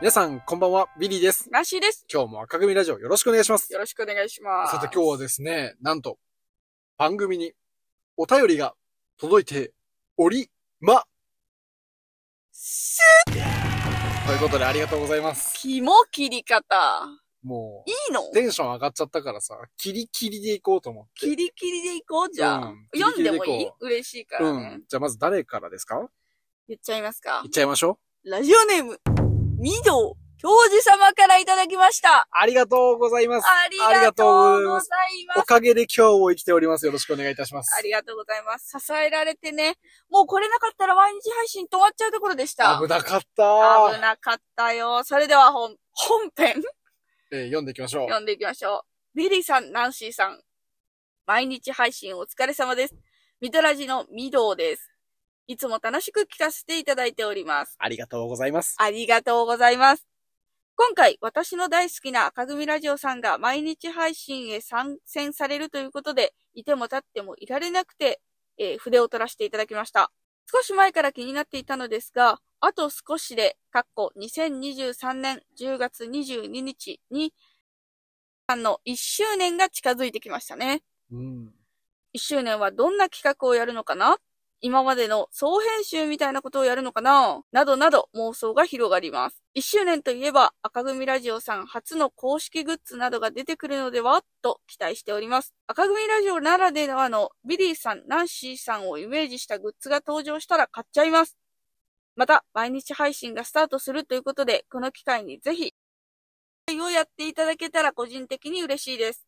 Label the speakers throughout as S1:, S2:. S1: 皆さん、こんばんは、ビリーです。
S2: らしいです。
S1: 今日も赤組ラジオよろしくお願いします。
S2: よろしくお願いします。
S1: さて今日はですね、なんと、番組にお便りが届いておりま、
S2: す
S1: ということでありがとうございます。
S2: 肝切り方。
S1: も
S2: いいの
S1: う、テンション上がっちゃったからさ、キリキリでいこうと思って。
S2: 切り切りでいこうじゃあ
S1: うん
S2: 読んでもい
S1: 切り切りで
S2: い
S1: いこ
S2: 嬉しいから
S1: う
S2: ね、
S1: ん。じゃあまず誰からですか
S2: 言っちゃいますか
S1: いっ。ちゃいましょう。
S2: ラジオネーム、ミド教授様からいただきました。
S1: ありがとうございます。
S2: あり
S1: ありが
S2: が
S1: と
S2: と
S1: う
S2: う
S1: ご
S2: ご
S1: ざいま
S2: ざ
S1: す
S2: いま
S1: お
S2: す。
S1: かげで今日を生きております。よろしくお願いいたします。
S2: ありがとうございます。支えられてね、もう来れなかったら毎日配信止まっちゃうところでした。
S1: 危なかっ
S2: 危
S1: た、
S2: なかったよ。それでは本、本編。
S1: えー読んでいきましょう。
S2: 読んでいきましょう。ビリーさん、ナンシーさん。毎日配信お疲れ様です。ミドラジのミドーです。いつも楽しく聞かせていただいております。
S1: ありがとうございます。
S2: ありがとうございます。今回、私の大好きな赤組ラジオさんが毎日配信へ参戦されるということで、いても立ってもいられなくて、えー筆を取らせていただきました。少し前から気になっていたのですが、あと少しで、かっこ2023年10月22日に、さんの1周年が近づいてきましたね。
S1: うん。
S2: 1周年はどんな企画をやるのかな今までの総編集みたいなことをやるのかななどなど妄想が広がります。1周年といえば赤組ラジオさん初の公式グッズなどが出てくるのではと期待しております。赤組ラジオならではのビリーさん、ナンシーさんをイメージしたグッズが登場したら買っちゃいます。また、毎日配信がスタートするということで、この機会にぜひ、をやっていただけたら個人的に嬉しいです。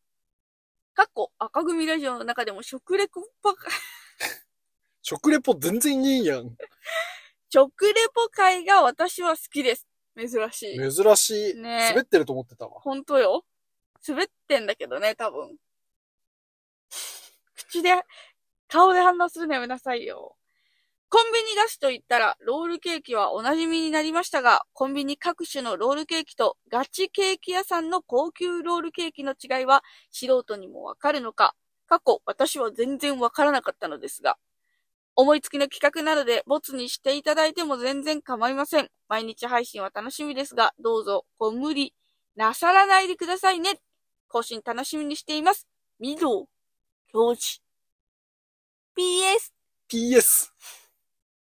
S2: かっこ赤組ラジオの中でも食レポばか
S1: 食レポ全然いいやん。
S2: 食レポ会が私は好きです。珍しい。
S1: 珍しい。
S2: ね
S1: 滑ってると思ってたわ。
S2: ほんとよ。滑ってんだけどね、多分。 口で、顔で反応するのやめなさいよ。コンビニ菓子と言ったら、ロールケーキはお馴染みになりましたが、コンビニ各種のロールケーキとガチケーキ屋さんの高級ロールケーキの違いは、素人にもわかるのか、過去私は全然わからなかったのですが、思いつきの企画なので、ボツにしていただいても全然構いません。毎日配信は楽しみですが、どうぞご無理なさらないでくださいね。更新楽しみにしています。ミド教授。PS、
S1: PS。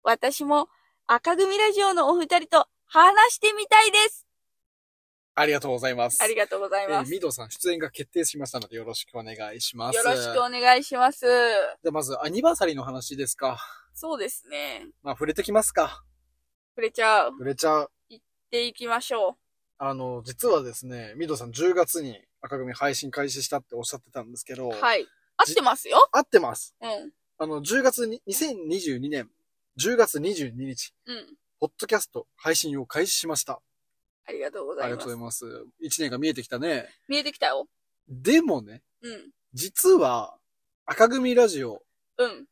S2: 私も赤組ラジオのお二人と話してみたいです。
S1: ありがとうございます。
S2: ありがとうござい
S1: え
S2: ま
S1: ー
S2: す。
S1: ミドさん出演が決定しましたのでよろしくお願いします。
S2: よろしく
S1: じゃ
S2: お願いします。
S1: あまずアニバーサリーの話ですか。
S2: そうですね。
S1: まあ触れてきますか。
S2: 触れちゃう。
S1: 触れちゃう。
S2: でいきましょう。
S1: あの、実はですね、ミドさん10月に赤組配信開始したっておっしゃってたんですけど、
S2: はい。合ってますよ。
S1: 合ってます。
S2: うん。
S1: あの、10月に、2022年10月22日、
S2: うん。
S1: ポッドキャスト配信を開始しました。
S2: ありがとうご
S1: あ
S2: ざ
S1: りが
S2: いま
S1: とう
S2: す。
S1: ございます。1年が見えてきたね。
S2: 見えてきたよ。
S1: でもね、
S2: うん。
S1: 実は赤組ラジオ、
S2: うん。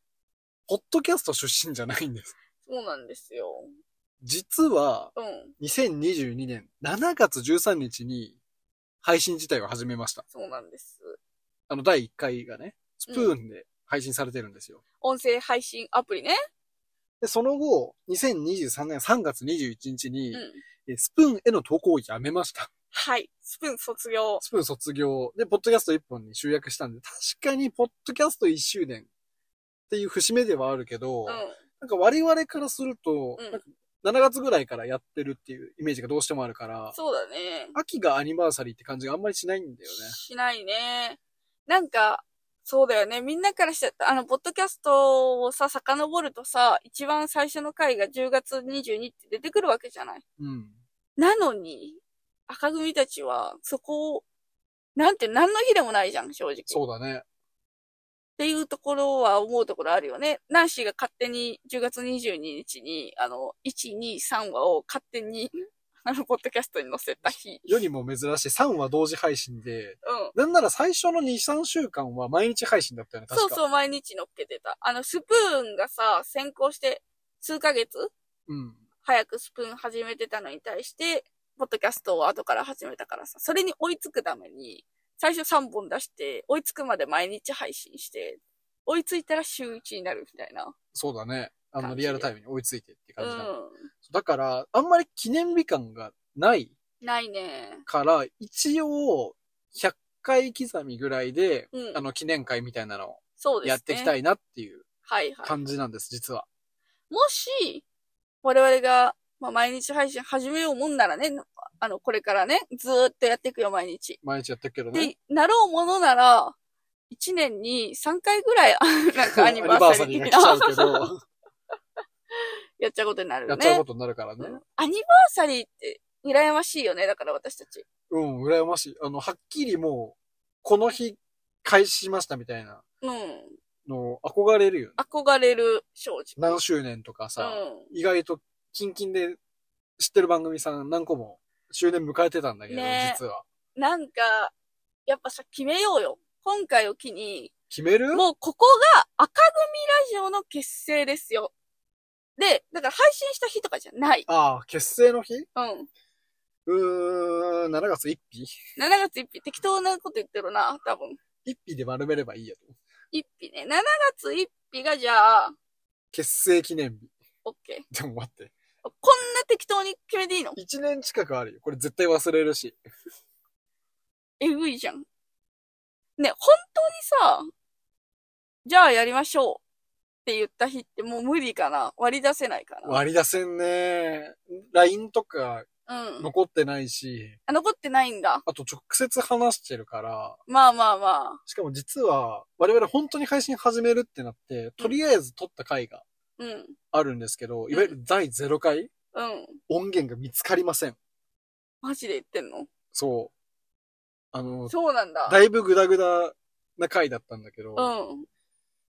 S1: ポッドキャスト出身じゃないんです。
S2: そうなんですよ。
S1: 実は、
S2: うん。
S1: 2022年7月13日に配信自体を始めました。
S2: そうなんです。
S1: あの、第1回がね、スプーンで配信されてるんですよ。
S2: 音声配信アプリね。
S1: で、その後、2023年3月21日に、
S2: うん。
S1: えスプーンへの投稿をやめました。
S2: はい。スプーン卒業。
S1: スプーン卒業で、ポッドキャスト1本に集約したんで、確かに、ポッドキャスト1周年っていう節目ではあるけど、
S2: うん。
S1: なんか我々からすると、
S2: うん
S1: なんか7月ぐらいからやってるっていうイメージがどうしてもあるから、
S2: そうだね。
S1: 秋がアニバーサリーって感じがあんまりしないんだよね。
S2: しないね。なんか、そうだよね。みんなからしちゃった。あの、ポッドキャストをさ、遡るとさ、一番最初の回が10月22って出てくるわけじゃない。
S1: うん。
S2: なのに、赤組たちは、そこを、なんて、何の日でもないじゃん、正直。っ
S1: そうだね。
S2: ていうところは思うところあるよね。ナンシーが勝手に10月22日に、あの、1、2、3話を勝手に、 あの、ポッドキャストに載せた日。
S1: 世にも珍しい3話同時配信で、
S2: うん。
S1: なんなら最初の2、3週間は毎日配信だったよね、確
S2: そう
S1: か。
S2: そう、毎日乗っけてた。あの、スプーンがさ、先行して、数ヶ月
S1: うん。
S2: 早くスプーン始めてたのに対して、ポッドキャストを後から始めたからさ、それに追いつくために、最初3本出して、追いつくまで毎日配信して、追いついたら週1になるみたいな。
S1: そうだね。あの、
S2: 感じ
S1: リアルタイムに追いついてって感じだ、
S2: う
S1: だから、あんまり記念日感がない
S2: ないね。
S1: から、一応、100回刻みぐらいで、
S2: うん
S1: あ。の、記念会みたいなのを
S2: そうですね。
S1: やっていきた
S2: い。
S1: いなっていう
S2: はいはい。
S1: 感じなんです、実は。
S2: もし、我々が、まあ、毎日配信始めようもんならね、あの、これからね、ずーっとやっていくよ、毎日。
S1: 毎日やってるけどね。
S2: で、なろうものなら、一年に3回ぐらい、あ なんかアニバーサリー
S1: アニ
S2: 的
S1: バーサリーが来ちゃ
S2: な、
S1: うけど、
S2: やっちゃうことになる
S1: や
S2: よ
S1: っちゃう
S2: ね
S1: こ。とになるからね。
S2: アニバーサリーって、羨ましいよね、だから私たち。
S1: うん、羨ましい。あの、はっきりもう、この日、開始しましたみたいな
S2: うん。
S1: の、憧れるよね。
S2: 憧れる、正直。
S1: 何周年とか
S2: う
S1: さ、意外と、キンキンで知ってる番組さん何個も周年迎えてたんだけど、
S2: ね
S1: 実は。
S2: ん。なんか、やっぱさ、決めようよ。今回を機に、
S1: 決める
S2: もうここが赤組ラジオの結成ですよ。で、だから配信した日とかじゃない。
S1: ああ、結成の日
S2: うん。
S1: うーん、7月1日
S2: 7月1日、適当なこと言ってるな、多分。
S1: ?1 日で丸めればいいやと。
S2: 1日ね。7月1日がじゃあ、
S1: 結成記念日。
S2: オッケー。
S1: でも待って。
S2: こんな適当に決めていいの
S1: 1年近くあるよ。これ絶対忘れるし。
S2: えぐいじゃん。ね、本当にさ、じゃあやりましょうって言った日ってもう無理かな割り出せないかな
S1: 割り出せんね。LINE とか
S2: うん。
S1: 残ってないし、
S2: あ残ってないんだ。
S1: あと直接話してるから、
S2: まあまあまあ。
S1: しかも実は我々本当に配信始めるってなって、とりあえず撮った回が
S2: うん。
S1: あるんですけど、いわゆる第0回、
S2: うん。
S1: 音源が見つかりません。
S2: マジで言ってんの
S1: そう。あの、
S2: そうなんだ。
S1: だいぶグダグダな回だったんだけど、
S2: うん。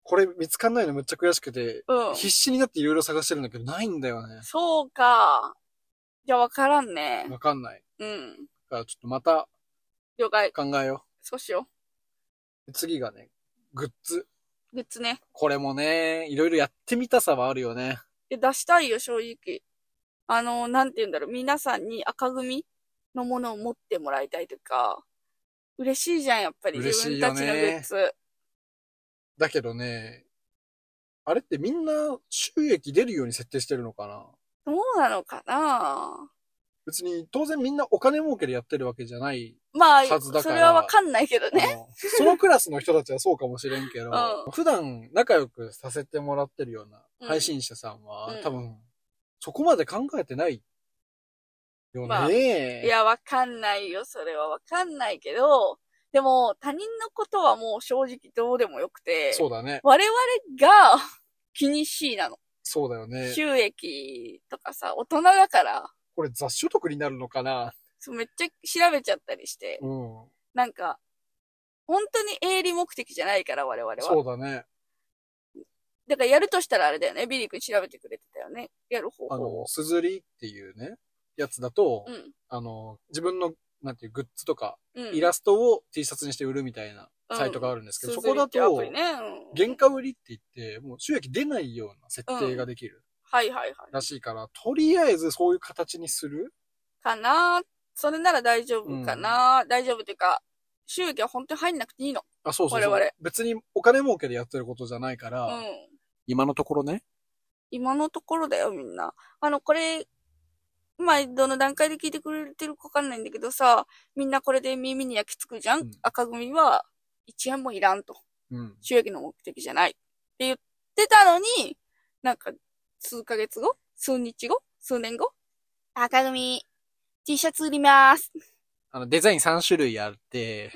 S1: これ見つかんないのめっちゃ悔しくて、
S2: うん。
S1: 必死になっていろいろ探してるんだけど、ないんだよね。
S2: そうか。じゃあわからんね。
S1: わかんない。
S2: うん。
S1: だからちょっとまた
S2: 了解。
S1: 考えよ
S2: そうしよ
S1: う。次がね、グッズ。
S2: う。グッズね。
S1: これもね、いろいろやってみたさはあるよね。
S2: いや出したいよ、正直。あの、なんて言うんだろう、皆さんに赤組のものを持ってもらいたいとか、嬉しいじゃん、やっぱり。
S1: 嬉しい
S2: 自
S1: よね
S2: 分たちのグッズ。
S1: だけどね、あれってみんな収益出るように設定してるのかな
S2: どうなのかな
S1: 別に当然みんなお金儲けでやってるわけじゃない。
S2: まあ、
S1: はずだ
S2: そ
S1: から
S2: れはわかんないけどね。
S1: あのそのクラスの人たちはそうかもしれんけど、
S2: う
S1: 普段仲良くさせてもらってるよう
S2: う
S1: なん配信者さんは、
S2: うん
S1: 多分そこまで考えてないよね。
S2: まあいや、わかんないよ、それはわかんないけど、でも、他人のことはもう正直どうでもよくて、
S1: そうだね。
S2: 我々が 気にしいなの。
S1: そうだよね。
S2: 収益とかさ、大人だから、
S1: これ雑所得になるのかな
S2: そうめっちゃ調べちゃったりして、
S1: うん。
S2: なんか、本当に営利目的じゃないから、我々
S1: そ
S2: は。
S1: うだね。
S2: だからやるとしたらあれだよね。ビリ君調べてくれてたよね。やる方
S1: あ
S2: 法
S1: の、。すずりっていうね、やつだと、
S2: うん。
S1: あの、自分の、なんていう、グッズとか、
S2: うん。
S1: イ
S2: で
S1: ラストを T シャツにして売るみたいなサイトがあるんですけど、そこだ
S2: ア
S1: と
S2: プ、リね。うん
S1: 原価売りって言って、もう収益出ないような設定ができる
S2: はいはいはい。
S1: らしいから、とりあえずそういう形にする
S2: かなそれなら大丈夫かな、大丈夫っていうか、収益は本当に入んなくていいの。
S1: あ、そうそうそう
S2: 我々
S1: 別にお金儲けでやってることじゃないか
S2: う
S1: ら、
S2: ん。
S1: 今のところね。
S2: 今のところだよ、みんな。あの、これ、まあ、どの段階で聞いてくれてるかわかんないんだけどさ、みんなこれで耳に焼き付くじゃん、
S1: うん
S2: 赤組は、1円もいらんと。
S1: うん。
S2: 収益の目的じゃないって言ってたのに、なんか、数ヶ月後数日後数年後赤組、T シャツ売ります。
S1: あの、デザイン3種類あって、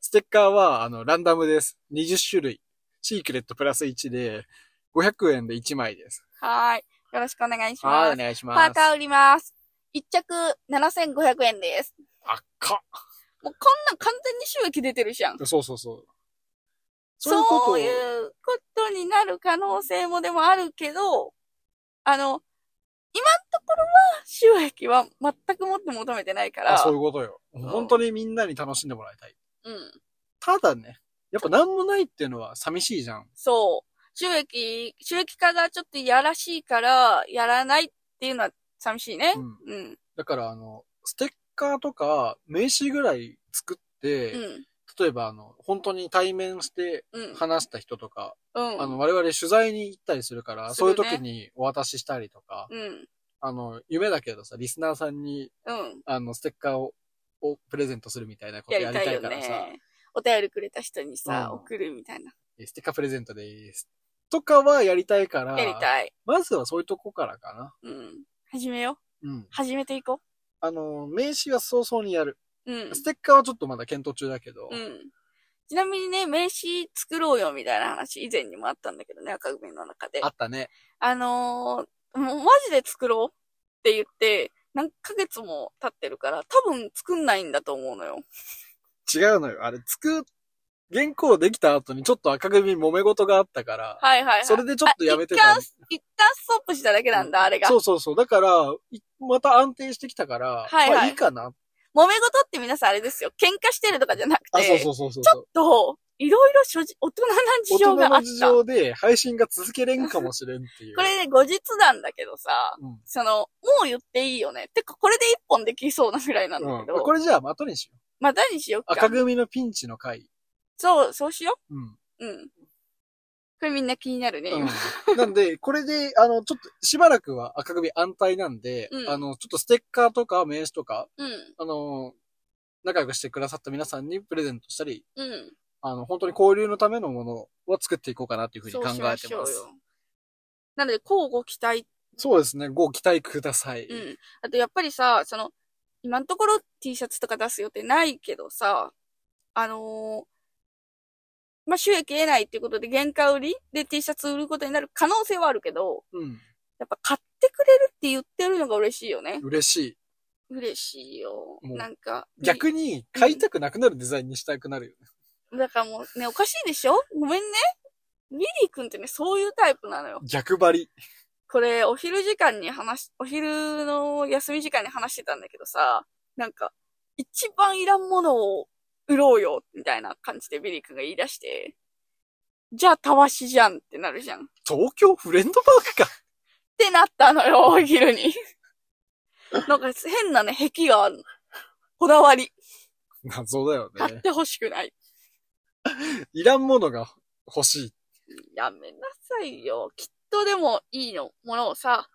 S1: ステッカーは、あの、ランダムです。20種類。シークレットプラス1で、500円で1枚です。
S2: はーい。よろしくお願いし
S1: はい、
S2: ま
S1: お
S2: す。
S1: 願いし
S2: パ
S1: ま
S2: ー
S1: す。
S2: カー売ります。一着7500円です。
S1: 赤っ
S2: もうこんなん完全に収益出てるじゃん。
S1: そうそうそう。そういうこと
S2: そういうことになる可能性もでもあるけど、あの、今のところは収益は全くもって求めてないから。
S1: あ、そういうことよ。
S2: ん
S1: 本当にみんなに楽しんでもらいたい。
S2: うん。
S1: ただね、やっぱ何もないっていうのは寂しいじゃん。
S2: そう。収益、収益化がちょっといやらしいから、やらないっていうのは寂しいね
S1: う。ん。
S2: うん。
S1: だから、あの、ステッカーとか名刺ぐらい作って、
S2: うん。
S1: 例えば、あの、本当に対面して
S2: うん。
S1: 話した人とか、
S2: うん。
S1: あの、我々取材に行ったりするから、
S2: す
S1: そうい
S2: る
S1: う
S2: ね
S1: 時にお渡ししたりとか、
S2: うん。
S1: あの、夢だけどさ、リスナーさんに、
S2: うん。
S1: あの、ステッカーを、をプレゼントするみたいなこと
S2: や
S1: や
S2: り
S1: りた
S2: たい
S1: い
S2: よ
S1: からさ、
S2: ね。お便りくれた人にさ、
S1: うん
S2: 送るみたいな。
S1: えステッカープレゼントです。とかはやりたいから、
S2: やりたい。
S1: まずはそういうとこからかな。
S2: うん。始めよう。
S1: うん。
S2: 始めていこ
S1: あの、名刺は早々にやる。
S2: う。うん。
S1: ステッカーはちょっとまだ検討中だけど、
S2: うん。ちなみにね、名刺作ろうよみたいな話以前にもあったんだけどね、赤組の中で。
S1: あ
S2: あ
S1: ったね。
S2: のーもうマジで作ろうって言って、何ヶ月も経ってるから、多分作んないんだと思うのよ。
S1: 違うのよ。あれ、作、原稿できた後にちょっと赤組揉め事があったから、
S2: はいはいはい。
S1: それでちょっとやめてた
S2: あ一旦ストップしただけなんだ、あれが。
S1: そうそうそう。だから、いまた安定してきたから、
S2: はいはい
S1: まあいいかな。
S2: 揉め事って皆さんあれですよ。喧嘩してるとかじゃなくて、
S1: あ、そうそうそうそうそう。
S2: と、いろいろ諸事大人な
S1: 大
S2: 事
S1: 人
S2: 情があ
S1: の
S2: っ
S1: 事
S2: た。こ
S1: 情で配信が続けれんかもしれんっていう。
S2: れね、後日談だけどさ、
S1: うん
S2: その、もう言っていいよね。てか、これで一本できそうなぐらいなんだ
S1: うん
S2: けど。
S1: これじゃあ、まあ後にしよう。
S2: まあ、何しようか。
S1: 赤組のピンチの回。
S2: そう、そうしよ
S1: うん。
S2: う。うん。これみんな気になるね、今。
S1: うんなんで、これで、あの、ちょっと、しばらくは赤組安泰なんで、
S2: うん
S1: あの、ちょっとステッカーとか名刺とか、
S2: うん。
S1: あの、仲良くしてくださった皆さんにプレゼントしたり、
S2: うん。
S1: あの、本当に交流のためのものを作っていこうかなというふうに
S2: そ
S1: 考
S2: う
S1: え
S2: してま
S1: ま
S2: しょう
S1: す。
S2: よ。なので、交互期待。
S1: そうですね。ご期待ください。
S2: うん。あと、やっぱりさ、その、今のところ T シャツとか出す予定ないけどさ、あのーまあ、収益得ないっていうことで、原価売りで T シャツ売ることになる可能性はあるけど、
S1: うん。
S2: やっぱ買ってくれるって言ってるのが嬉しいよね。
S1: 嬉しい。
S2: 嬉しいよ。
S1: もう
S2: なんか。
S1: 逆に、買いたくなくなるデザインにしたくなるよね。
S2: だからもうね、おかしいでしょごめんね。リリー君ってね、そういうタイプなのよ。
S1: 逆張り。
S2: これ、お昼時間に話し、お昼の休み時間に話してたんだけどさ、なんか、一番いらんものを売ろうよ、みたいな感じでビリー君が言い出して、じゃあ、たわしじゃんってなるじゃん。っ
S1: 東京フレンドパークか。
S2: てなったのよ、 お昼に。なんか変なね、癖があるの。こだわり。
S1: 謎だよ
S2: 買
S1: ね
S2: っ。てほしくない。
S1: いらんものが欲しい。
S2: やめなさいよ。きっとでもいいの、ものをさ、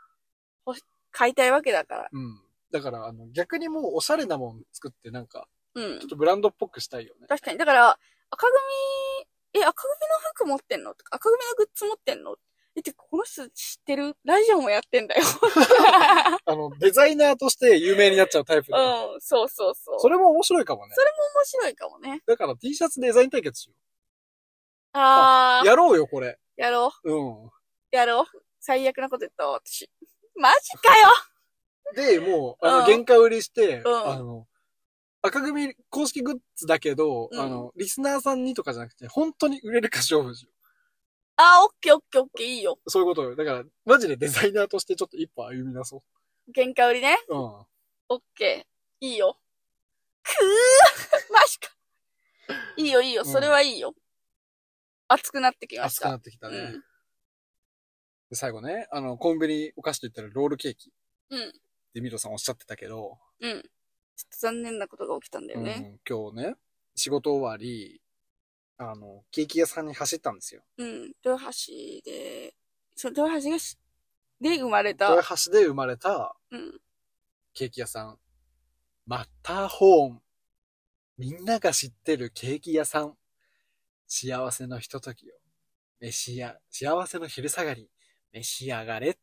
S2: ほし買いたいわけだから。
S1: うん。だから、あの、逆にもうおしゃれなもん作って、なんか、
S2: うん
S1: ちょっ。とブランドっぽくしたいよね。
S2: 確かに。だから、赤組、え、赤組の服持ってんのとか、赤組のグッズ持ってんのえ、てか、この人知ってるラジオもやって んだよ。
S1: あの、デザイナーとして有名になっちゃうタイプだよ
S2: うん、そうそうそう。
S1: そ
S2: れ
S1: れも面白いかもね。
S2: 面白いかもね。
S1: だから T シャツデザイン対決しよ
S2: あ
S1: う。
S2: ー、や
S1: やろうよ、これ。
S2: ろう、
S1: うん。
S2: やろう。最悪なこと言ったわ、私。マジかよ
S1: で、もう、あ
S2: うん
S1: の、原価売りして、
S2: うん
S1: あの、赤組公式グッズだけど、
S2: うん
S1: あの、リスナーさんにとかじゃなくて、本当に売れるか勝負しよ
S2: あー、オッケーオッケーオッケー、いいよ。
S1: う。そういうことよ。だから、マジでデザイナーとしてちょっと一歩歩み出そ
S2: 喧嘩売りね。
S1: う。うん。
S2: オッケー。いいよ。くー マジか。いいよ、いいよ。
S1: うん
S2: それはいいよ。熱くなってきまし
S1: 熱くな
S2: た。
S1: ってき
S2: う
S1: たね。
S2: ん。
S1: で最後ね、あの、コンビニお菓子と言ったらロールケーキ。
S2: うん。
S1: で、ミロさんおっしゃってたけど、
S2: うん。ちょっと残念なことが起きたんだよね。
S1: うん、今日ね、仕事終わり、あの、ケーキ屋さんに走ったんですよ。
S2: うん。豊橋で、そう、豊橋がし、で生まれた。
S1: 豊橋で生まれた
S2: うん。
S1: ケーキ屋さん。マッターホーン。みんなが知ってるケーキ屋さん。幸せのひとときを。飯や、幸せの昼下がり。召し上がれっ
S2: っ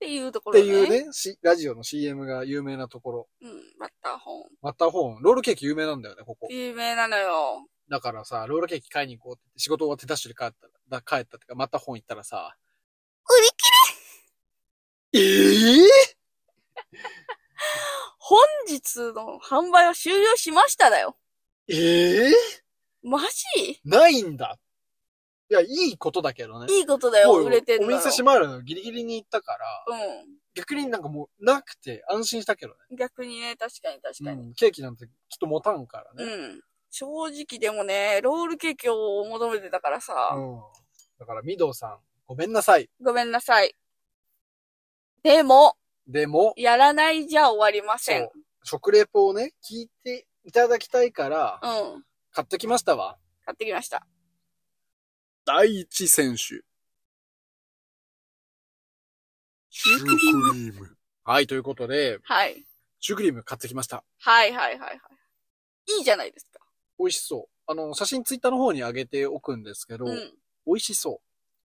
S2: ていうところ
S1: て
S2: ね。
S1: いうね、しラジオの CM が有名なところ。
S2: うん。バッターホーン。
S1: マッターホーン、ロールケーキ有名なんだよね、ここ。
S2: 有名なのよ。
S1: だからさ、ロールケーキ買いに行こうって言って仕事終わってダッシュで帰ったら、だ帰ったってか、また本行ったらさ、
S2: 売り
S1: ええ
S2: 本日の販売は終了しましただよ。
S1: ええ
S2: マジ
S1: ないんだ。いや、いいことだけどね。
S2: いいことだよ、
S1: もう
S2: 売れてんの
S1: お
S2: よ。
S1: 店閉まるのギリギリに行ったから、
S2: う
S1: 逆になんかもうなくて安心したけどね。
S2: ん。逆にね、確かに確かに。
S1: うん、ケーキなんてきっと持たんからね。
S2: うん。正直でもね、ロールケーキを求めてたからさ、
S1: うん。だから、ミドウさん、ごめんなさい。
S2: ごめんなさい。でも、
S1: でも、
S2: やらないじゃ終わりま
S1: そ
S2: せん。
S1: う、食レポをね、聞いていただきたいから、
S2: うん。
S1: 買ってきましたわ。
S2: 買ってきました。
S1: 第一選手。シュークリーム。はい、ということで、
S2: はい。
S1: シュークリーム買ってきました。
S2: はいはいはいはい。いいじゃないですか。
S1: 美味しそう。あの、写真ツイッターの方に上げておくんですけど、
S2: うん。
S1: 美味しそ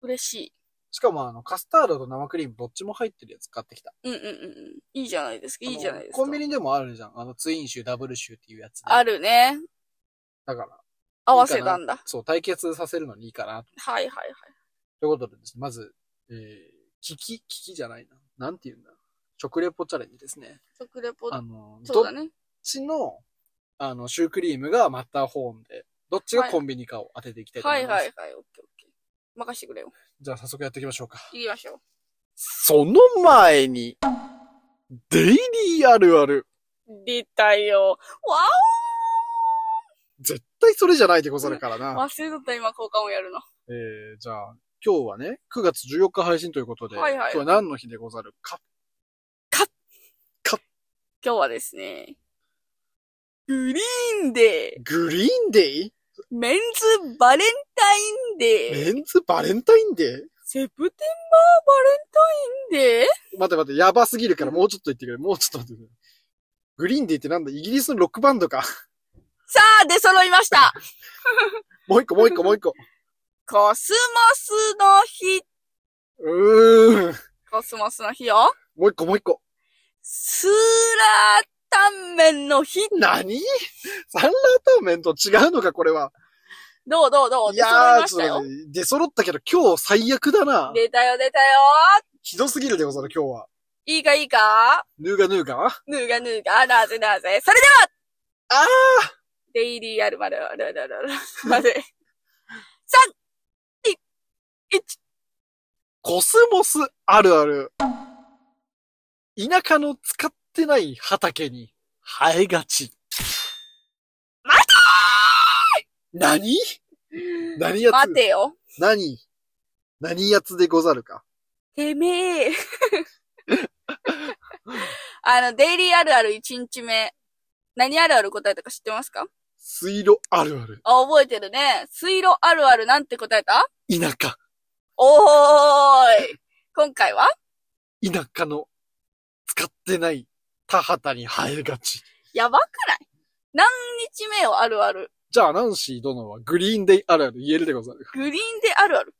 S1: う。
S2: 嬉しい。
S1: しかもあの、カスタードと生クリームどっちも入ってるやつ買ってきた。
S2: うんうんうんうん。いいじゃないですか。いいじゃないです
S1: あ
S2: か。
S1: のコンビニでもあるじゃん。あの、ツインシュー、ダブルシューっていうやつ、
S2: あるね。
S1: だから、
S2: 合わせたんだ。
S1: そう、対決させるのにいいかな。
S2: はいはいはい。
S1: ということでですね、まず、えー、キキ、キキじゃないな。なんて言うんだ。食レポチャレンジですね。
S2: 食レポ、
S1: あの、
S2: そう
S1: ど
S2: だ
S1: っ
S2: ね。
S1: ちの、あの、シュークリームがマッターホーンで、どっちがコンビニかを当てていきたいと思
S2: はいい
S1: ます。
S2: はいはい。オッケーオッケー。任してくれよ。
S1: じゃあ早速やっていきましょうか。
S2: 行きましょ
S1: その前に、デイリーあるある。
S2: う。出たよ。わ
S1: 絶対それじゃないでござるからな。
S2: お忘れとった今交換をやるの。
S1: えー、じゃあ、今日はね、9月14日配信ということで、
S2: はいはい
S1: 今日は何の日でござるか。
S2: 今日はですね、グリーンデ
S1: グリーンデイ
S2: ー、メンズバレンタインデー、
S1: メンズバレンタインデ
S2: セプテンバーバレンタインデー
S1: イ待って待って、やばすぎるからもうちょっと言ってくれ。もうちょっと待ってくれ。グリーンデイってなんだイギリスのロックバンドか。
S2: さあ、出揃いました
S1: もう一個もう一個もう一個。
S2: コスモスの日、
S1: うーん。
S2: コスモスの日よ。
S1: もう一個もう一個。
S2: スーラータンメンの日。
S1: 何サンラータンメンと違うのか、これは。
S2: どうどうどう
S1: い
S2: 出揃い
S1: やー、
S2: まし
S1: ち
S2: た
S1: ょっと
S2: よ。
S1: 待って出揃ったけど、今日最悪だな。
S2: 出たよ出たよ
S1: ひどすぎるでござる、今日は。
S2: いいかいいか
S1: ヌーガヌーガあ
S2: ぬがぬが、なぜなぜ。それでは、
S1: ー
S2: デイリーあるまるあるあるあるあるまで。三、い、一、
S1: コスモスあるある。田舎の使ってない畑に生えがち。
S2: 待
S1: て何何や
S2: 待
S1: つ
S2: てよ。
S1: 何何やつでござるか
S2: てめえ。あの、デイリーあるある一日目。何あるある答えたか知ってますか
S1: 水路あるある。
S2: あ、覚えてるね。水路あるあるなんて答えた
S1: 田舎。
S2: おーい。今回は
S1: 田舎の使ってない田畑に生えがち。
S2: やばくない何日目をあるある。
S1: じゃあ、ナンシー殿はグリーンデイあるある言えるでござる。
S2: グリーンであるある。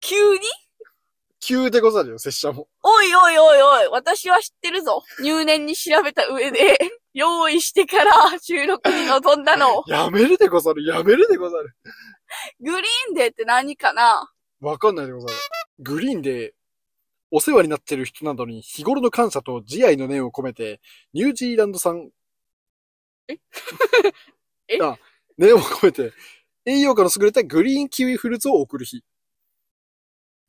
S2: 急に
S1: 急でござるよ、拙者も。
S2: おいおいおいおい、私は知ってるぞ。入念に調べた上で、 用意してから収録に臨んだの。
S1: やめるでござる、やめるでござる。
S2: グリーンデーって何かな
S1: わかんないでござる。グリーンで、お世話になってる人などに日頃の感謝と慈愛の念を込めて、ニュージーランド産、
S2: ええ
S1: あ念を込めて、栄養価の優れたグリーンキウイフルーツを贈る日。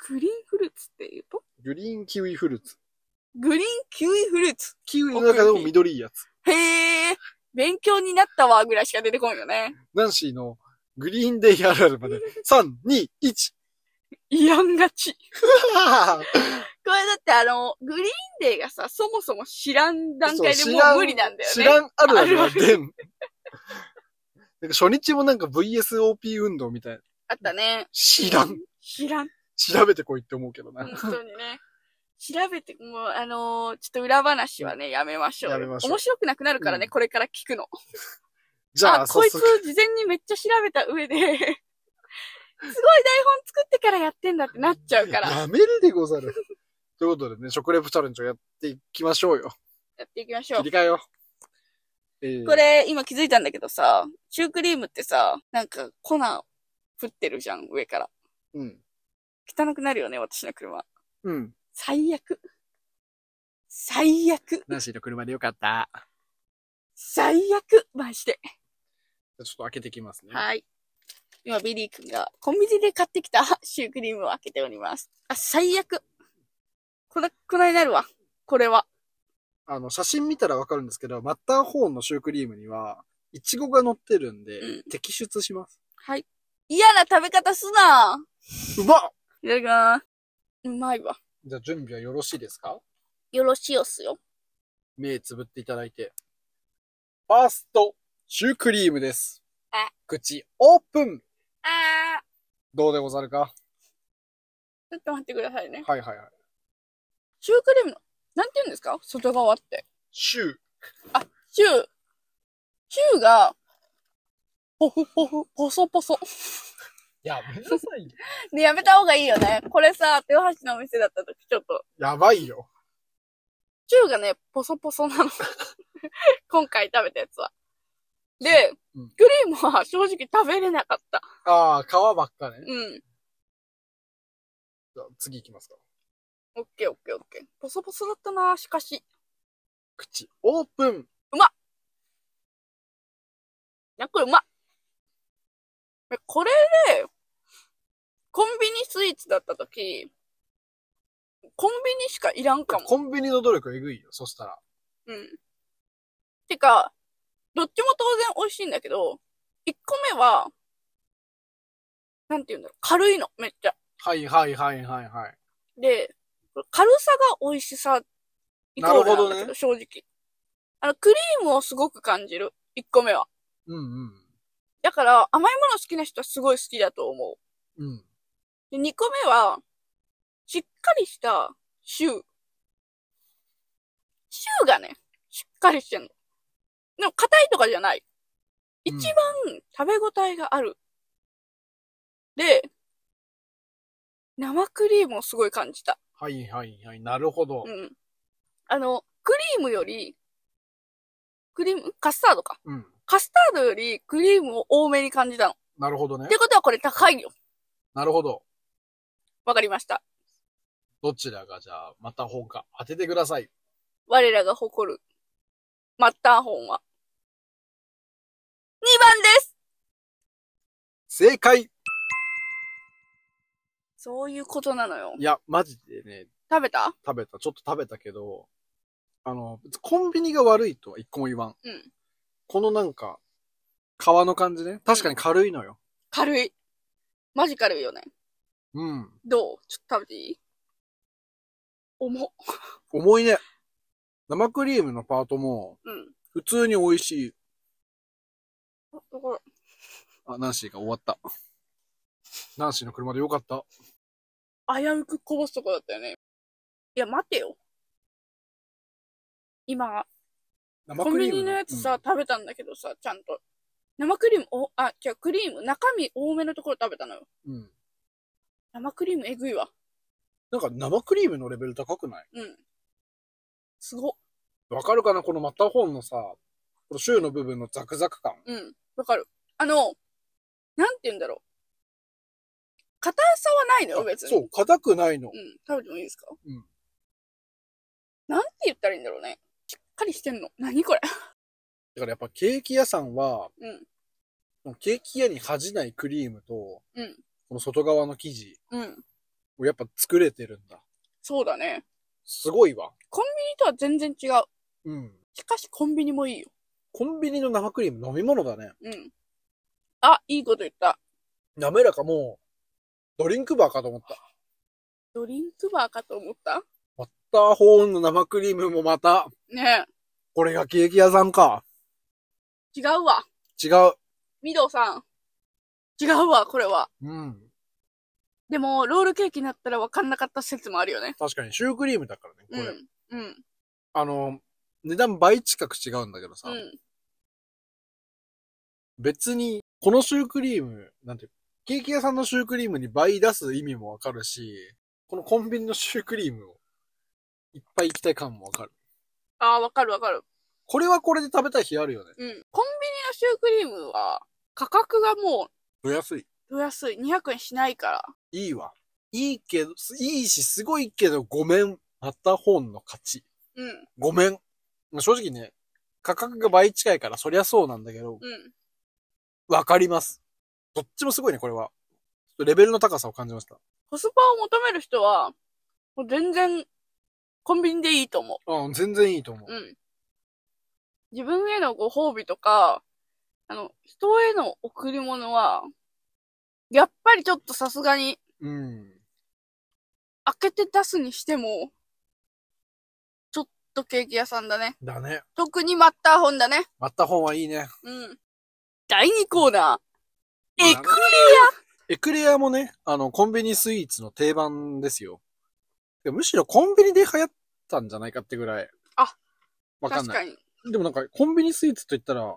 S2: グリーンフルーツって言うと
S1: グリーンキウイフルーツ。
S2: グリーンキウイフルーツ。
S1: キウイの中でも緑いやつ。
S2: へえ、勉強になったわ、ぐらいしか出てこんよね。
S1: ナンシーのグリーンデイあるあるまで、3、2、1。
S2: いやんがち。
S1: は
S2: これだってあの、グリーンデーがさ、そもそも知らん段階で
S1: そう
S2: も
S1: 知ら
S2: うん無理なんだよね。
S1: 知らんあるあるはでん。なんか初日もなんか VSOP 運動みたいな。
S2: あったね。
S1: 知らん。
S2: 知らん。
S1: 調べてこいって思うけどな。
S2: 本当にね。調べて、もう、あのーちょっと裏話はね、やめましょう。
S1: やめましょう
S2: 面白くなくなるからね、
S1: うん
S2: これから聞くの。
S1: じゃあ、
S2: こ
S1: 早
S2: いつ
S1: 速。、
S2: 事前にめっちゃ調べた上で、す ごい台本作ってからやってんだってなっちゃうから、や
S1: やめるでござる。ということでね、食レポチャレンジをやっていきましょうよ。
S2: っていきましょう
S1: 切り。替えよう。えー
S2: これ、今気づいたんだけどさ、シュークリームってさ、なんか粉降ってるじゃん、上から。
S1: うん。
S2: 汚くなるよね、私の車。
S1: うん。
S2: 最悪。最悪。
S1: ナンシーの車でよかった。
S2: 最悪。マジで。
S1: ちょっと開けてきますね。
S2: はい。今、ビリー君がコンビニで買ってきた シュークリームを開けております。あ、最悪。これ、こないなるわ。これは。
S1: あの、写真見たらわかるんですけど、マッターホーンのシュークリームには、イチゴが乗ってるんで、
S2: うん
S1: 摘出します。
S2: はい。嫌な食べ方すな
S1: うまっ
S2: いただきます。うまいわ。
S1: じゃあ準備はよろしいですか
S2: よろしいおっすよ。
S1: 目つぶっていただいて。ファースト、シュークリームです
S2: あ。
S1: 口オープン
S2: あー。
S1: どうでござるか
S2: ちょっと待ってくださいね。
S1: はいはいはい。
S2: シュークリームの、なんて言うんですか外側って。
S1: シュー。
S2: シュー。シューが、ポフポフ、ポソポソ。
S1: やめなさいよ。
S2: で、やめた方がいいよね。これさ、豊橋のお店だった時ちょっと、
S1: やばいよ。
S2: シューがね、ポソポソなの。 今回食べたやつは。で、
S1: うん
S2: クリームは正直食べれなかった。
S1: ああ、皮ばっかね。
S2: うん。
S1: じゃあ次行きますか。
S2: オッケーオッケーオッケー。ポソポソだったな、しかし。
S1: 口、オープン。
S2: なんかうまっえこれで、コンビニスイーツだった時、コンビニしかいらんかも。
S1: コンビニの努力えぐいよ、そしたら。
S2: うん。てか、どっちも当然美味しいんだけど、1個目は、なんて言うんだろう、軽いの、めっちゃ。
S1: はいはいはいはいはい。
S2: で、軽さが美味しさ、イコールな
S1: な
S2: んだ
S1: る
S2: け
S1: ほど
S2: ど、正直。あの、クリームをすごく感じる、1個目は。
S1: うん
S2: だから、甘いもの好きな人はすごい好きだと思う。
S1: うん。うん。
S2: で、2個目は、しっかりしたシュー。シューがね、しっかりしてんの。でも、硬いとかじゃない。
S1: うん
S2: 一番食べ応えがある。で、生クリームをすごい感じた。
S1: はいはいはい。なるほど
S2: う。ん。あの、クリームより、クリームカスタードか。
S1: うん。
S2: カスタードよりクリームを多めに感じたの。っ
S1: なるほどね
S2: て。ことはこれ高いよ。
S1: なるほど。
S2: わかりました。
S1: どちらがじゃあ、また方か当ててください。
S2: 我らが誇る、マッターホンは、2番です
S1: 正解
S2: そういうことなのよ
S1: い。や、マジでね、
S2: 食べた
S1: 食べた。ちょっと食べたけど、あの、コンビニが悪いとは一個も言わん。
S2: うん
S1: このなんか、皮の感じね。確かに軽いのよ。
S2: 軽い。マジ軽いよね。
S1: うん。
S2: どうちょっと食べていい重っ。
S1: 重いね。生クリームのパートも、
S2: うん。
S1: 普通に美味しい。
S2: あだから、
S1: あ、ナンシーが終わった。ナンシーの車でよかった。
S2: 危うくこぼすとこだったよね。いや、待てよ。今、
S1: 生
S2: コンビニのやつさ、、食べたんだけどさ、ちゃんと。生クリーム、お、あ、違う、クリーム、中身多めのところ食べたのよ。
S1: うんうん。
S2: 生クリームえぐいわ。
S1: なんか生クリームのレベル高くない
S2: うん。すごっ。
S1: わかるかなこのマッターホンのさ、このシューの部分のザクザク感。
S2: うん、わかる。あの、なんて言うんだろう。硬さはないのよ、別に。
S1: そう、硬くないの
S2: う。ん、食べてもいいですか
S1: うん。
S2: なんて言ったらいいんだろうね。しっかりしてんの。何これ。
S1: だからやっぱケーキ屋さんは、
S2: うん
S1: ケーキ屋に恥じないクリームと、
S2: うん
S1: この外側の生地
S2: うん。
S1: をやっぱ作れてるんだ。
S2: そうだね。
S1: すごいわ。
S2: コンビニとは全然違う。
S1: うん。
S2: しかしコンビニもいいよ。
S1: コンビニの生クリーム飲み物だね。
S2: うん。あ、いいこと言った。
S1: 滑らかもう、ドリンクバーかと思った。
S2: ドリンクバーかと思った
S1: マッターホーンの生クリームもまた、
S2: ね
S1: これがケーキ屋さんか。
S2: え、違うわ。
S1: 違う。
S2: ミドさん。違うわ、これは。
S1: うん。
S2: でも、ロールケーキになったら分かんなかった説もあるよね。
S1: 確かにシュークリームだからね、こ
S2: う
S1: れ。
S2: ん。うん。
S1: あの、値段倍近く違うんだけどさ、
S2: うん。
S1: 別に、このシュークリーム、なんていう、ケーキ屋さんのシュークリームに倍出す意味もわかるし、このコンビニのシュークリームをいっぱい行きたい感もわかる。
S2: ああ、わかるわかる。
S1: これはこれで食べたい日あるよね。
S2: うん。コンビニのシュークリームは、価格がも
S1: お安い。
S2: う、安い。200円しないから。
S1: いいわ。いいけど、すいいし、すごいけど、ごめん。マッターホーンの勝ち。
S2: うん。
S1: ごめん。まあ正直ね、価格が倍近いから、そりゃそうなんだけど、
S2: うん。
S1: わかります。どっちもすごいね、これは。ちょっとレベルの高さを感じました。
S2: コスパを求める人は、もう全然、コンビニでいいと思
S1: あ全然いいと思う
S2: う。。うん。自分へのご褒美とか、あの、人への贈り物は、やっぱりちょっとさすがに、
S1: うん。
S2: 開けて出すにしても、ちょっとケーキ屋さんだね。
S1: だね。
S2: 特にマッターホンだね。
S1: マッターホンはいいね。
S2: うん。第2コーナー。え
S1: なるエクレアもね、あの、コンビニスイーツの定番ですよ。てかむしろコンビニで流行ったんじゃないかってぐらい。
S2: あ、
S1: わかん
S2: 確
S1: な
S2: か
S1: い。
S2: に。
S1: でもなんか、コンビニスイーツと言ったら、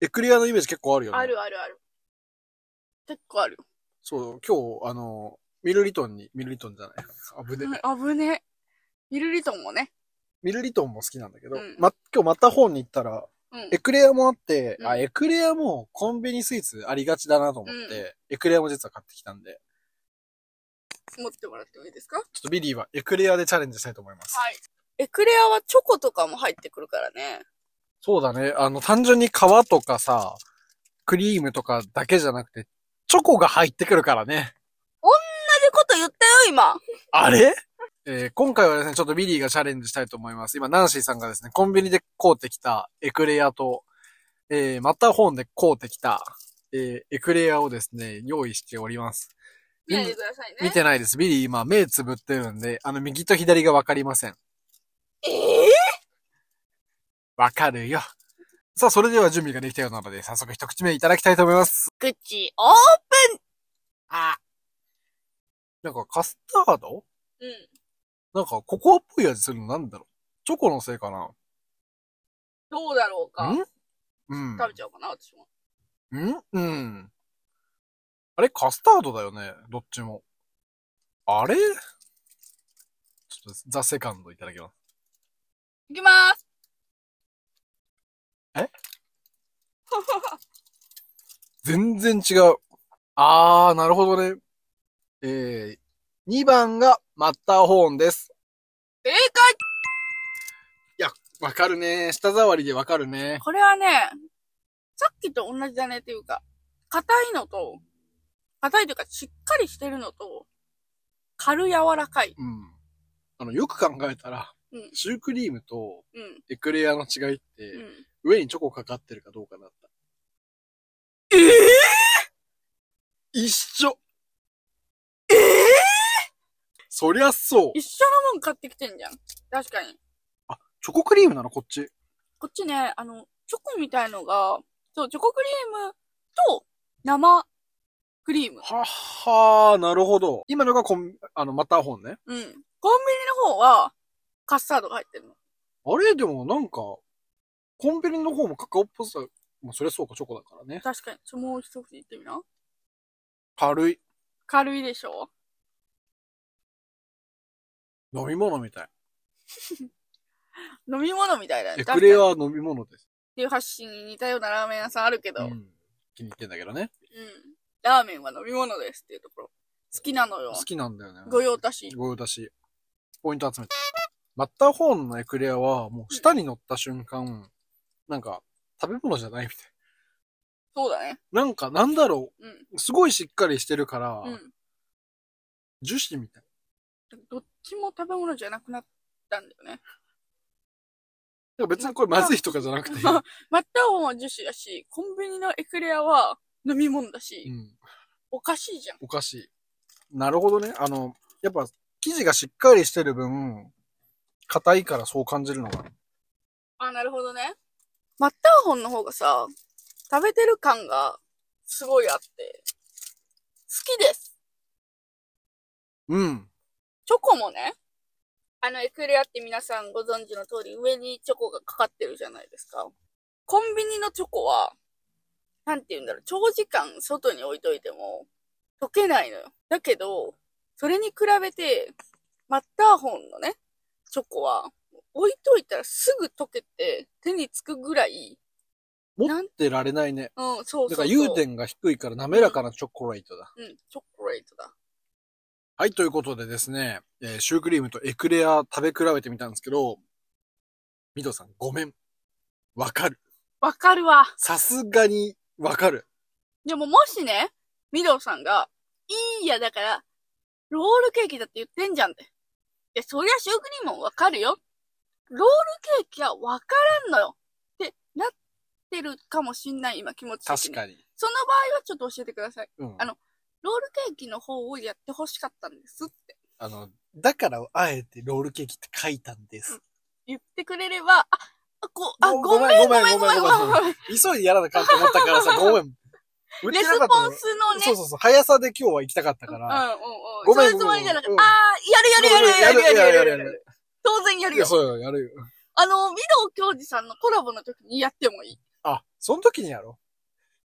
S1: エクレアのイメージ結構あるよね。
S2: あるあるある。結構ある。
S1: そう、今日、あの、ミルリトンに、ミルリトンじゃない。 危ねえ。
S2: 危ね。ミルリトンもね。
S1: ミルリトンも好きなんだけど、
S2: うん
S1: ま、今日また本に行ったら、
S2: うん
S1: エ。クレアもあって、
S2: うん
S1: あ、エクレアもコンビニスイーツありがちだなと思って、エクレアも実は買ってきたんで、
S2: 持ってもらってもいいですか
S1: ちょっとビリーはエクレアでチャレンジしたいと思います。
S2: はい。エクレアはチョコとかも入ってくるからね。
S1: そうだね。あの、単純に皮とかさ、クリームとかだけじゃなくて、チョコが入ってくるからね。
S2: 同じこと言ったよ、今。
S1: あれえー今回はですね、ちょっとビリーがチャレンジしたいと思います。今、ナンシーさんがですね、コンビニで買うてきたエクレアと、えー、また本で買うてきた、えーエクレアをですね、用意しております。
S2: 見ないでくださいね。
S1: 見てないです。ビリー今、目つぶってるんで、あの、右と左がわかりません。
S2: ええ
S1: わかるよ。さあ、それでは準備ができたようなので、早速一口目いただきたいと思います。
S2: 口オー
S1: あ。なんか、カスタード
S2: プン。うん。
S1: なんか、ココアっぽい味するのなんだろうチョコのせいかな
S2: どうだろうか
S1: ん。うん。
S2: 食べちゃおうかな、私も。
S1: んうん。あれカスタードだよねどっちも。あれちょっと、ザ・セカンドいただきます。
S2: いきまーす。
S1: え全然違う。あー、なるほどね。えー、2番がマッターホーンです。
S2: 正解
S1: わかるね。舌触りでわかるね。
S2: これはね、さっきと同じだねっていうか、硬いのと、硬いというかしっかりしてるのと、軽柔らかい。
S1: うん。あの、よく考えたら、
S2: うん
S1: シュークリームと
S2: うん。
S1: エクレアの違いって、
S2: うん、
S1: 上にチョコかかってるかどうかだった。
S2: ええ
S1: 一緒
S2: ええ
S1: そりゃそう
S2: 一緒のもん買ってきてんじゃん。確かに。
S1: チョコクリームなのこっち。
S2: こっちね、あの、チョコみたいのが、そう、チョコクリームと生クリーム。
S1: はっはー、なるほど。今のがコン、あの、また本ね。
S2: うん。コンビニの方は、カスタードが入ってるの。
S1: あれでもなんか、コンビニの方もカカオっぽさ、まあ、そりゃそうか、チョコだからね。
S2: 確かに。ちょ、もう一口言ってみな。
S1: 軽い。
S2: 軽いでしょ
S1: 飲み物みたい。
S2: 飲み物みたいだよ
S1: エ
S2: ね。
S1: クレア
S2: 確かにっ
S1: は飲み物です。
S2: ていう発信に似たようなラーメン屋さんあるけど、
S1: う
S2: うん。
S1: ん。気に入ってんだけどね。
S2: ラーメンは飲み物ですっていうところ。好きなのよ
S1: 好。きなんだよね。
S2: 御用達。
S1: ご用達。ポイント集めて。マッターホーンのエクレアは、もう舌に乗った瞬間、なんか、食べ物じゃないみたい。
S2: そうだね。
S1: なんか、なんだろ
S2: うん。
S1: う。すごいしっかりしてるから、
S2: うん。
S1: 樹脂みたい。
S2: どっちも食べ物じゃなくなったんだよね。
S1: いや別にこれまずいとかじゃなくて。
S2: まマッターホンは樹脂だし、コンビニのエクレアは飲み物だし、
S1: うん。
S2: おかしいじゃん。
S1: お菓子。なるほどね。あの、やっぱ生地がしっかりしてる分、硬いからそう感じるのが。
S2: あ、なるほどね。マッターホンの方がさ、食べてる感がすごいあって、好きです。
S1: うん。
S2: チョコもね、あのエクレアって皆さんご存知の通り上にチョコがかかってるじゃないですか。コンビニのチョコは、なんて言うんだろう、長時間外に置いといても溶けないのよ。だけど、それに比べて、マッターホンのね、チョコは、置いといたらすぐ溶けて手につくぐらい、
S1: 持
S2: なん
S1: ってられないね。
S2: うん、そうそうそう。
S1: だから融点が低いから滑らかなチョコレートだ。
S2: うん、チョコレートだ。
S1: はい、ということでですね、えーシュークリームとエクレア食べ比べてみたんですけど、ミドさんごめん。わかる。
S2: わかるわ。
S1: さすがにわかる。
S2: でももしね、ミドウさんが、いいやだから、ロールケーキだって言ってんじゃんって。いや、そりゃシュークリームもわかるよ。ロールケーキはわからんのよ。ってなってるかもしんない、今気持ち
S1: 確
S2: 的に。
S1: かに。
S2: その場合はちょっと教えてください。
S1: うん。
S2: あのロールケーキの方をやってほしかったんですって
S1: あの、だからあえてロールケーキって書いたんです。
S2: 言ってくれれば、あ、あご、あ、
S1: ご
S2: ご
S1: め
S2: め
S1: ん
S2: ん
S1: ご
S2: ご
S1: め
S2: め
S1: ん
S2: んごめん
S1: ごめん
S2: ごめんごめん。
S1: 急いでやらなあかんと思ったからさ、ごめん。
S2: レ
S1: 打ちな
S2: ス
S1: かった
S2: ポ
S1: の
S2: ンスのね、
S1: そうそうそう、速さで今日は行きたかったから、
S2: うんうんうん。
S1: ごめん
S2: そういうつもりじゃなくて、
S1: ごめん
S2: ああ、いや、るやるやるやるやるやるやる。
S1: る。
S2: 当然やる
S1: いや、
S2: よ。
S1: そうよ、やるよ。
S2: あの、御堂教授さんのコラボの時にやってもいい。
S1: あ、その時にやろ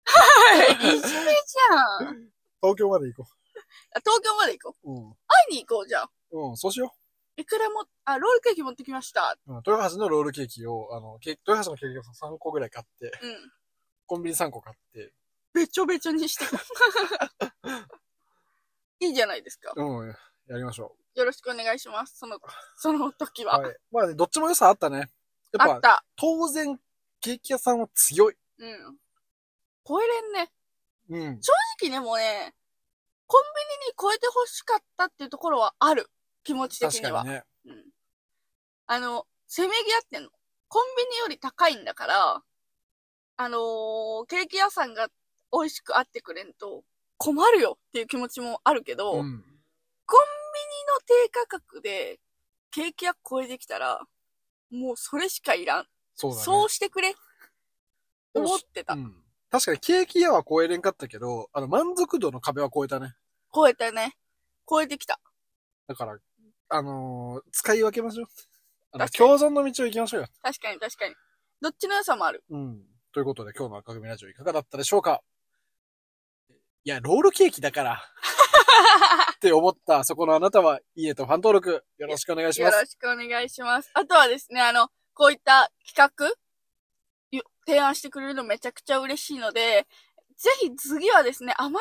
S2: はい。いじめじゃん。
S1: う。東京まで行こ
S2: あ東京まで行こう。
S1: う。
S2: 会いに行こうじゃん。
S1: うん。うん、そうしよ
S2: いくらも、あ、ロールケーキ持ってきました。
S1: う。うん、豊橋のロールケーキを、あの、ケーキ豊橋のケーキを3個ぐらい買って、
S2: うん。
S1: コンビニ3個買って、
S2: べちょべちょにして。いいじゃないですか。
S1: うん、やりましょ
S2: よろしくお願いします。その、その時
S1: う。
S2: は。
S1: はい。まあね、どっちも良さあったね。や
S2: あ
S1: っ
S2: っ
S1: ぱ、
S2: た。
S1: 当然、ケーキ屋さんは強い。
S2: うん。超えれんね。
S1: うん。
S2: 正直ね、もうね、コンビニに超えて欲しかったっていうところはある。気持ち的
S1: 確
S2: に
S1: か
S2: は。
S1: にね。
S2: うん。あの、せめぎ合ってんの。コンビニより高いんだから、あのーケーキ屋さんが美味しくあってくれんと困るよっていう気持ちもあるけど、
S1: うん。
S2: コンビニの低価格でケーキ屋超えてきたら、もうそれしかいらん。
S1: そうだね。
S2: そうしてくれ。
S1: でも
S2: 思ってた。
S1: うん。確かにケーキ屋は超えれんかったけど、あの、満足度の壁は超えたね。
S2: 超えたね。超えてきた。
S1: だから、あのー使い分けましょう。あの、
S2: 確かに
S1: 共存の道を行きましょうよ。
S2: 確かに確かに。どっちの良さもある。
S1: うん。ということで、今日の赤組ラジオいかがだったでしょうかいや、ロールケーキだ から、って思った、そこのあなたは、いいねとファン登録、よろしくお願いし
S2: よ
S1: ます。
S2: ろしくお願いします。あとはですね、あの、こういった企画、ゆ提案してくれるのめちゃくちゃ嬉しいので、ぜひ次はですね、甘いも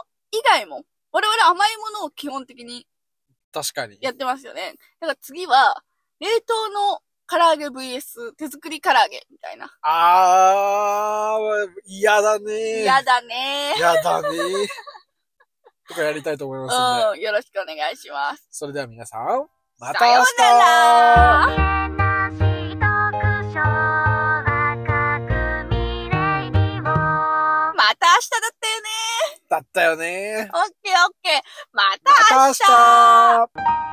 S2: の以外も、我々甘いものを基本的に
S1: 確かに。
S2: やってますよね。だから次は、冷凍の唐揚げ VS 手作り唐揚げみたいな。
S1: あー、嫌だね
S2: 嫌だね
S1: 嫌だねとかやりたいと思いますので。
S2: うん、よろしくお願いします。
S1: それでは皆さん、また
S2: さよ
S1: 明
S2: う
S1: 日
S2: ならまた明日だったよね
S1: だったよね
S2: オッケーオッケーま
S1: ま
S2: た
S1: た
S2: 明
S1: 明
S2: 日
S1: 日